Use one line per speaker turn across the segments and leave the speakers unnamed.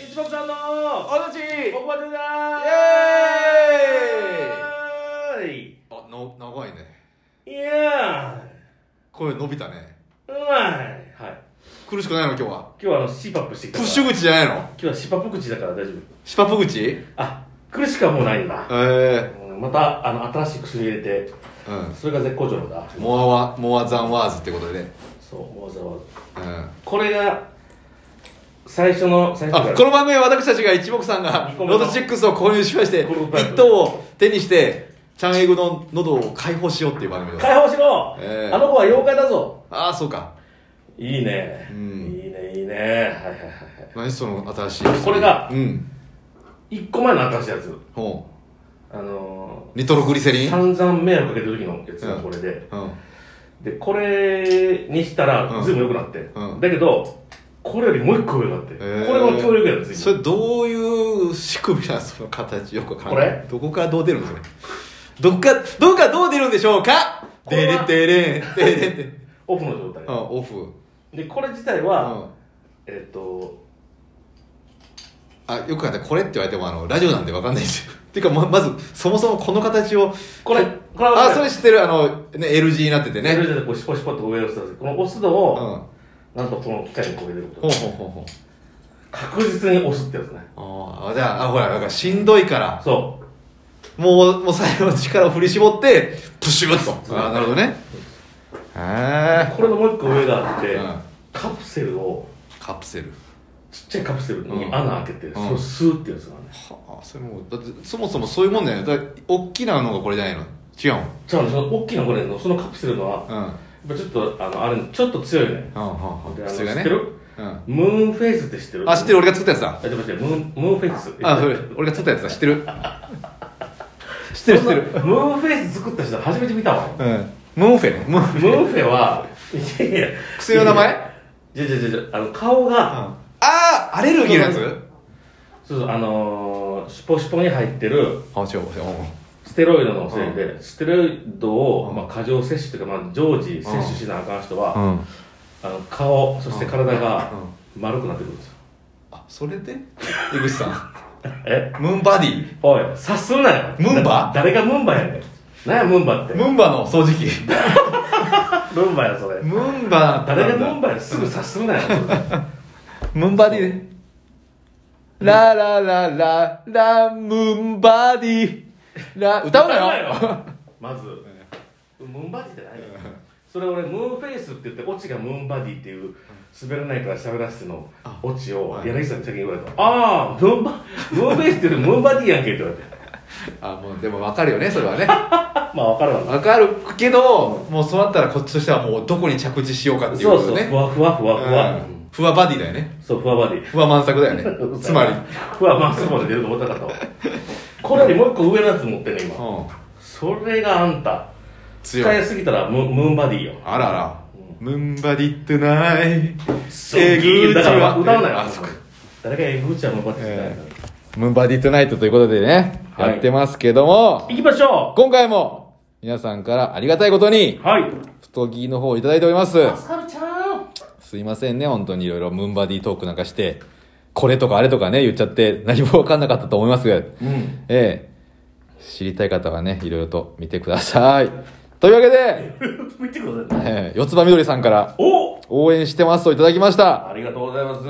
一目さんの
おどち
おばでだーイ
あの長いね
イいや
声伸びたね
ーうまいはい
苦しくないの今日は
今日はあのシパップしてきたか
プッ
ら
シュ口じゃないの
今日はシパップ口だから大丈夫
シパプ口え
あ苦しくはもうないんだ
えー
うんまたあの新しい薬入れて
うん
それが絶好調なんだ
モアワモアザンワーズってことでね
そうわざわざ
うん
これが最初の最初
あ
から
この番組は私たちが一目さんが
二個目
ロ
の
ードチックスを購入しまして
この番組
一頭を手にしてチャンエグの喉を解放しようっていう番組です
解放しろ、
ええ
あの子は妖怪だぞ
ああそうか
いいね、
うん
いいねいいねはいはいはいは
何その新しい薬
これが
うん
い1個前の新しいやつ
ほ
あの
うニトログリセ
ー、
リン
散々迷惑かけた時のやつが
うん
これで、
うん
でこれにした
う
ら
ん
ずいぶん良くなって、
うん
だけどこれよりもう1個上になって、
えー
これも強力やつい
それどういう仕組みなんですかその形よくわからない
これ
どこからどう出るんですかねどこからどこからどう出るんでしょうか
こ
デ
れ
レ
は
デレンデレンデ
オフの状態
うんオフ
でこれ自体
う
は、
ん
えっ、と
あよく考えたらこれって言われてもあのラジオなんでわかんないですよ っていうかままずそもそもこの形を
これこれは
あそれ知ってるあの、ね、L 字になってて
ね、それ
ね
じゃなくてこうシポシポっと上を押すんですこの押すの
うん
を、
ほ
なんとこの機械にこう入れるこ
うほう
と
ほうほう
確実に押すってやつね
あーじゃああほらだからしんどいから
そ
もうもう最後の力を振り絞ってプシュッ
そ
と
う
あーなるほどねへ
うこれのもう一個上があって、
え、うん、
カプセルを
カプセル
ちっちゃいカプセルに
うん
穴開けて、
ん
それをスーってやつがね
はあそれもうだってそもそもそういうもんだよねだから大きなのがこれじゃないの違う
じゃあその大きなこれのそのカプセルのはや
のうんうん
っぱちょっとあのあれちょっと強いね
うんうん
であの
普通が
知っ
ね
てる
うん
ムーンフェイスって知ってる
あ知ってる俺が作ったやつだ
あでも待ってムーンムーンフェイス
あそれ
知
俺が作ったやつだ知ってる知ってる知ってる
ムーンフェイス作った人初めて見た わ
うんムーンフェねムーンフ
ムーンフェはいやいや
薬の名前
じゃじゃじゃじゃあの顔が、
ああーアレルギーのやつ
そうそうあのー、シュポシュポに入ってる
あ違う違う
ステロイドのせいで、ステロイドを、
うん
まあ、過剰摂取というか、まあ、常時摂取しなあかん人は、
うんうん
あの顔そして体が丸くなってくるんですよ
あそれで江口さん
え
ムーンバディ
おい察すんなよ
ムンバ
だ誰がムンバやねん何やムンバって
ムンバの掃除機
ムンバやそれ
ムンバ
誰がムン
バ
バやすぐ察すんなよ
ムンバディねラララララムンバディラ 歌うなよ
まずムンバディってないよそれ俺ムーンフェイスって言ってオチがムーンバディっていう滑らないから喋らせての
あ
オチを
はい
柳さんに先に言われたああムーンバムーンフェイスって言うよりムーンバディやんけって言われて
あもうでも分かるよねそれはね
まあ分かるわな
分かるけどもうそうなったらこっちとしてはもうどこに着地しようかっていう
そ
こ
う
と
そう
ね
ふわふわふわふわ
うんふわバディだよね
そうふわバディ
ふわ満作だ よねつまり
ふわまっすぐまで出ると思ったかったわこれよりもう一個上のやつ持ってんね今
うん
それがあんた
強
使
い
いすぎたらムムーンバディよ
あらら、ムンバディってないえぐーち
だ
は
から歌うなよ
あそっか
誰がえぐーちはムーンバディって言ったんやか
ムンバディトゥナイトということでね、
はい
やってますけども
ら行きましょ
今回も皆さんからありがたいことに
うはい
太着の方をいただいております
マスカルちゃん
すいませんね本当にいろいろムンバディトークなんかしてこれとかあれとかね言っちゃって何も分かんなかったと思いますが
うん
ええ知りたい方はねいろいろと見てくださいというわけで、
見てください
ええ四つ葉みどりさんから
お
応援してますといただきました
ありがとうございます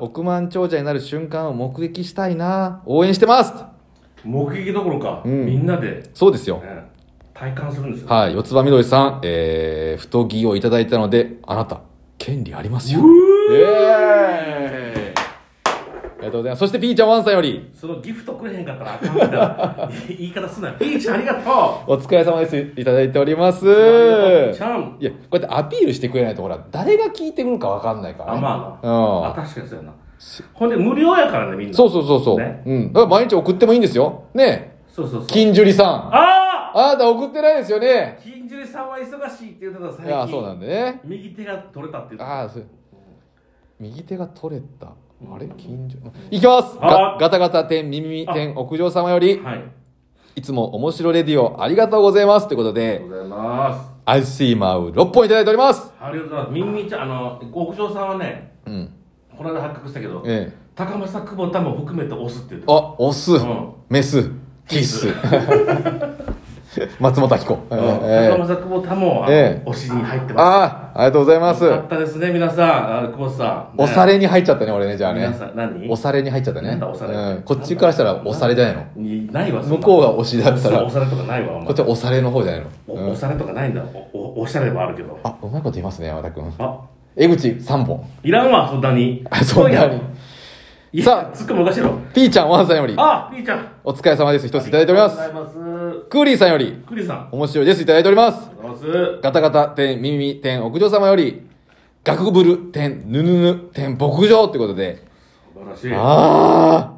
億万長者になる瞬間を目撃したいな応援してます
目撃どころか
うん
みんなで
そうですよ
ね体感するんですよ
はい四つ葉みどりさんえー、太着をいただいたのであなた権利ありますよ
う
イエーイありがとうございますそしてピーちゃんワンさんより
そのギフトくれへんかったらあかんから 言い方すなよピーちゃんありがと
お疲れ様ですいただいております
うありがとうちゃん
いやこうやってアピールしてくれないとほら誰が聞いてくるかわかんないから、
あ
ね、
まあ
うん
なあ確かにそうやなほんで無料やからねみんな
そうそうそうそう、
ね
うんだから毎日送ってもいいんですよね
そうそうそう
金樹里さんあ
ああ
なた送ってないですよね
金樹里さんは忙しいって言ってた最
い
近
やそうなんでね
右手が取れたって言ってた
ああそう右手が取れたあれ近所いきます
あ
がガタガタ店耳耳店屋上様より
はい
いつも面白レディオありがとうございますということ
あり
で
がとうございます
アイスイマウ6本いただいております
ありがとうございますミンミンちゃんあの極上さんはね
うん
この間発覚したけど、
ええ
高政久保田も含めて押すって言ってた
あオス、
うん
メスキス松本明子、
うん
え
高
え
政久保田も、あの
ええ
押しに入ってます
ああありがとうございます
よかったですね皆さんあ久保田さん、ね
おされに入っちゃったね俺ねじゃあ
皆
ね
さん何
おされに入っちゃった
な
ね
んだおされ
うん、こっちからしたらおされじゃないの
にないわそんな
向こうが押しだったら
おされとかないわお前
こっちはおされの方じゃないの、
お
うん
おされとかないんだおおおしゃれはあるけど
あうまいこと言いますね山田君
あ
江口3本
いらんわそんなに
あそんなに
い
さ
やつっこむかしろ
P ちゃんワンさんより
あピーちゃん
お疲れ様です一ついただいております
ありがとうございます
クーリーさんより
クリさんあ
面白いですいただいております
りがとうございます
ガタガタ店ミミミ店屋上様よりガクブル店ヌヌヌ店牧場ってことで
素晴らしい
ああ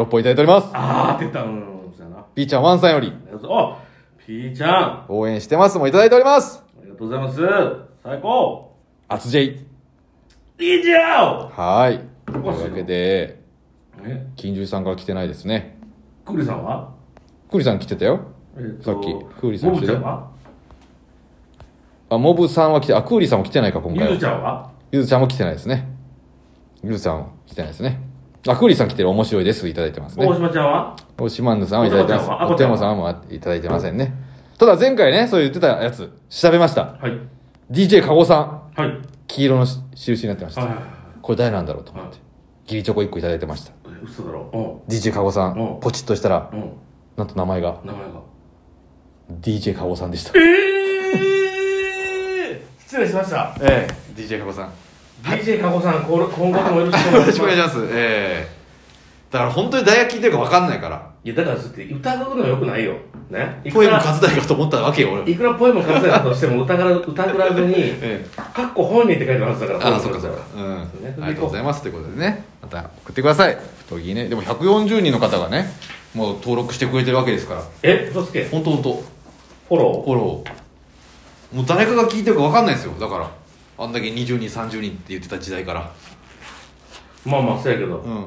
6本いただいております
あーって言ったうんそうやな
P ちゃんワンさんより
ありがとうあピーちゃんあ
応援してますもいただいております
りがとうございます最高
アツジェイ
以上
はーいと
おか
い
しいうな
わけで
え
金獣さんから来てないですね
クリさんは
クーリーさん来てたよ
えーと
さっきクーリさん
ボ
来
ブ
て
ちゃ
たよ
んは
あモブさんは来てあクーリーさんも来てないか今
ゆ
回
ず
は
ちゃんは
ゆずちゃんも来てないですねゆずちゃんも来てないですねあクーリーさん来てる面白いですいただいてますね
大島ちゃんは
おしまんぬさんはいただいてます。
お
お
手
手
間
間
さ
さんはいただいてませんね。ただ前回ね、そう言ってたやつ、調べました。
はい
DJ かごさん、
はい
黄色のし印になってまし
はい
た。これ誰なんだろうと思って。ギリチョコ1個いただいてました。
え嘘だろ
DJ かごさ
うん
ん、ポチッとしたら、
うんうん
なんと名前が
名前が
DJ かごさんでした。
ええ失礼しました
ええ、DJ かごさん。よ
DJ かこさんこれ今後ともよろしくお願いし ます
ます。ええ。だから本当に大学聞いてるか分かんないから、
いやだからそれって疑うのはよくないよねい
数だかと思ったわけよ、俺。
いくらポエム数えたとしても疑う疑わず に
ええ
「かっこ本人」って書いてあるはずだから
うん
ね
ありがとうございますということでねまた送ってください太木ねでも140人の方がねもう登録してくれてるわけですから
え嘘つけフ
本当本当
ォロ
フォローもう誰かが聞いてるか分かんないですよだからあんだけ20人30人って言ってた時代から
ーまあまあそうやけど
うん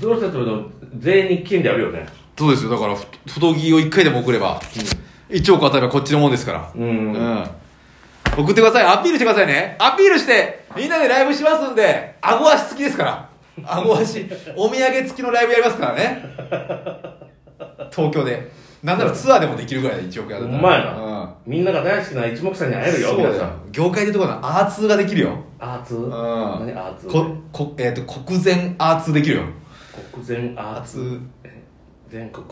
その人たちも全員に権利あるよね
そうですよだからふ太木を1回でも送れば、1億当たればこっちのもんですから
う
うん送ってくださいアピールしてくださいねアピールしてみんなでライブしますんで顎足付きですから顎足お土産付きのライブやりますからね東京でなんならツアーでもできるぐらいで1億や
ほ
だった
んまや
うん
なみんなが大好きな一目散に会えるよ
そうだ
皆
よ
さん
業界でいうところのアーツができるよ
アーツ
うん
何アーツ
ここ、えー、と国前アーツできるよ
国前アーツ
ツ
全国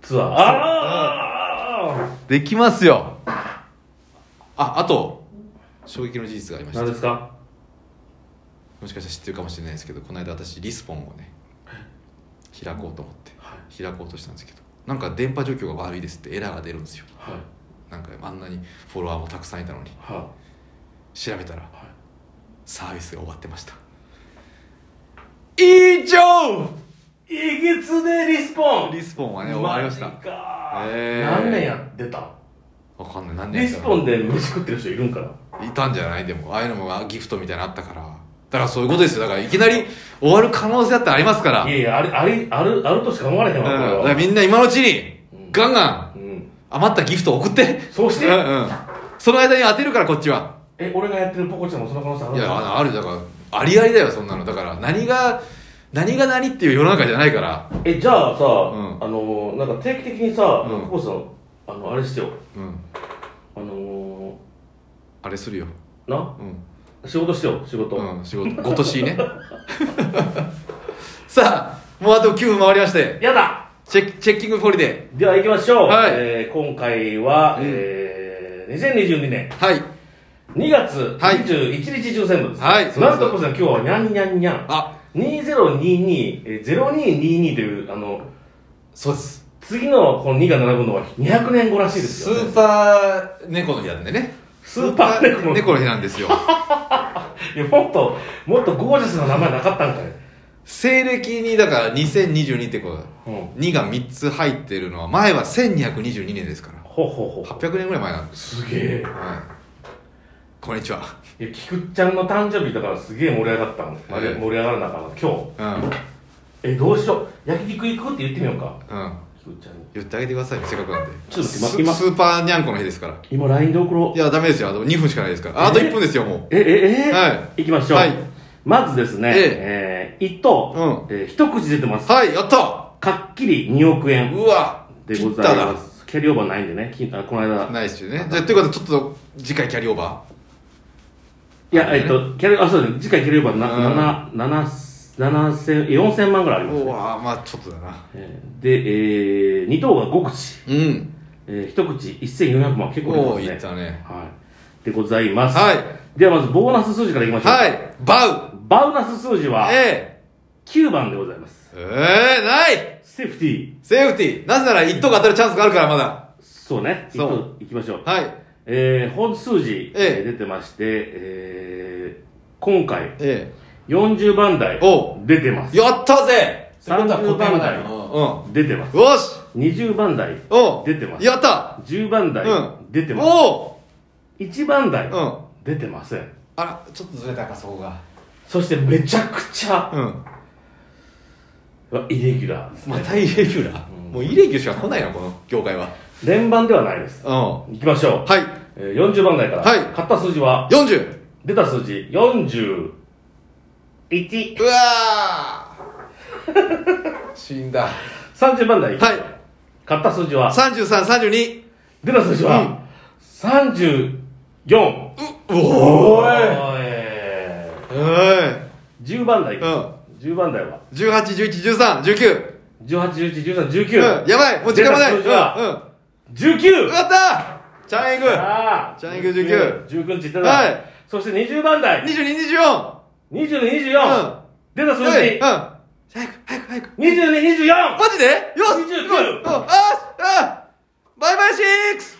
ツアーあ
できますよああと衝撃の事実がありま
あ
した
何ですか
もしかしたら知ってるかもしれないですけどこの間私リスポンをね開こうと思って
は
開こうとしたんですけどなんか電波状況が悪いですってエラーが出るんですよ
はい
なんかあんなにフォロワーもたくさんいたのに
は
調べたら
い
サービスが終わってました以上
いげつねリスポン
リスポンはね終わ
マ
りま
ジ
し
か
た
ー
えー
何年やってた
わかんない何年
リスポン
で
で飯食ってる人いるんかない
たんじゃないでもああいうのもあギフトみたいなのあったからだからそういうことですよだからいきなり終わる可能性だってありますから
いやいやありありあるあるとしか思われへんわこれ
うんだ
は
からみんな今のうちに
うん
ガンガン
うん
余ったギフト送って
そうして
うんうんその間に当てるからこっちは
え俺がやってるポコちゃんもその可能性ある
い
の
やあのあるだからありありだよそんなのだから何が何が何っていう世の中じゃないから
えじゃあさ、
ん
あのーなんか定期的にさ
うん
久保、さんあのあれしてよ
うん
あの
あれするよ
ー、な
う
仕事してよ仕事、
ん、うん、仕事今年ね さあもうあと9分回りまして
やだ
チェックチェッキングホリデ
では行きましょう、
はい
えー今回は、
うん
えー、2022年
ーはい
2月
はい
21日抽選分です、
はいそうです
なんとこさん今日はにゃんにゃんにゃん
あ
2022えー0222というあの
そうです
次のこの2が並ぶのは200年後らしいです
ス
よ、ね、
ーパー猫の日なんでね
スーパー猫の日
スーパ猫の日なんですよ
いやもっともっとゴージャスな名前なかったんかい、
西暦にだから2022ってことだ
うん、
2が3つ入ってるのは前は1222年ですから
ほうほうほ
800年ぐらい前なんで
う
す、
すげ
はい、こんにちは
えいや菊ちゃんの誕生日だからすげえ盛り上がったの、あれ
うん
盛り上がらなかった今日
うん
えどうしよう焼肉行くって言ってみようか
うん
ぐっちゃんに
言ってあげてくださいせっかくなんで
ちょっと待って
ス
今
スーパーにゃんこの日ですから
今 LINE で送ろ
いうやダメですよあと2分しかないですからあと
え
1分ですよも
えええ
は
行きましょう、
はい
まずですね
え
えー一等、えー一口出てます
うはいやった
かっきり2億円
うわ
で
切
ご
った
ざい
な
ますキャリーオーバーないんでねきあこの間
ないですよねじゃあということでちょっと次回キャリーオーバ
いや、えっと、キャリあ、そうですね。次回キャリーオーバーな、七、七、七千、四千万ぐらいあり
ー
ます、
う
ね。
わまあちょっとだな
えーで、えー、二等が五口、
うん
えー、一口一千四百万、結構
おお
出
い
て
っ
ますね。
たね
はい。でございます。。
はい
ではまず、ボーナス数字からいきましょう。。
はいいバウ
バウナス数字は、
え
九番でございます。
えええない
セーフティー。
セーフティーなぜなら1等が当たるチャンスがあるからまだ
そうね。
そ
一等
う
行きましょう。
はい
えー、本数字、
ええ
出てまして、えー、今回、
え
40番台
お、
出てます。
えやったぜ
30番台
うんよ
出てます。
し
20番台
おう
出てます
やった
10番台、
うん
出てます
おお
1番台、
うん
出てません
あらちょっとずれたかそこが
そしてめちゃくちゃ
うん
イレギュラーですね、
またイレギュラーもうイレギュしか来ないなこの業界は
連番ではないです
う
いきましょう、
んはい
えー40番台から、
はい
買った数字は
40
出た数字41
うわー 死んだ
30番台、
はい
買った数字は
3332
出た数字は、
うん
34
う
お
おーい
ーい
お
10番台、
いうん
10番台は
18111319
18171919、
うんやばいもう時間もないうん
出た数
うん
字
よ
は19
かったチャンエグ
ああ
チャンネル19
19日いただ、
はいい
そして20番台
2224
2024、
うん
出た数
はいうん
字
早く早く早く
2224
マジでよし
29
うんあーしあーバイバイシックス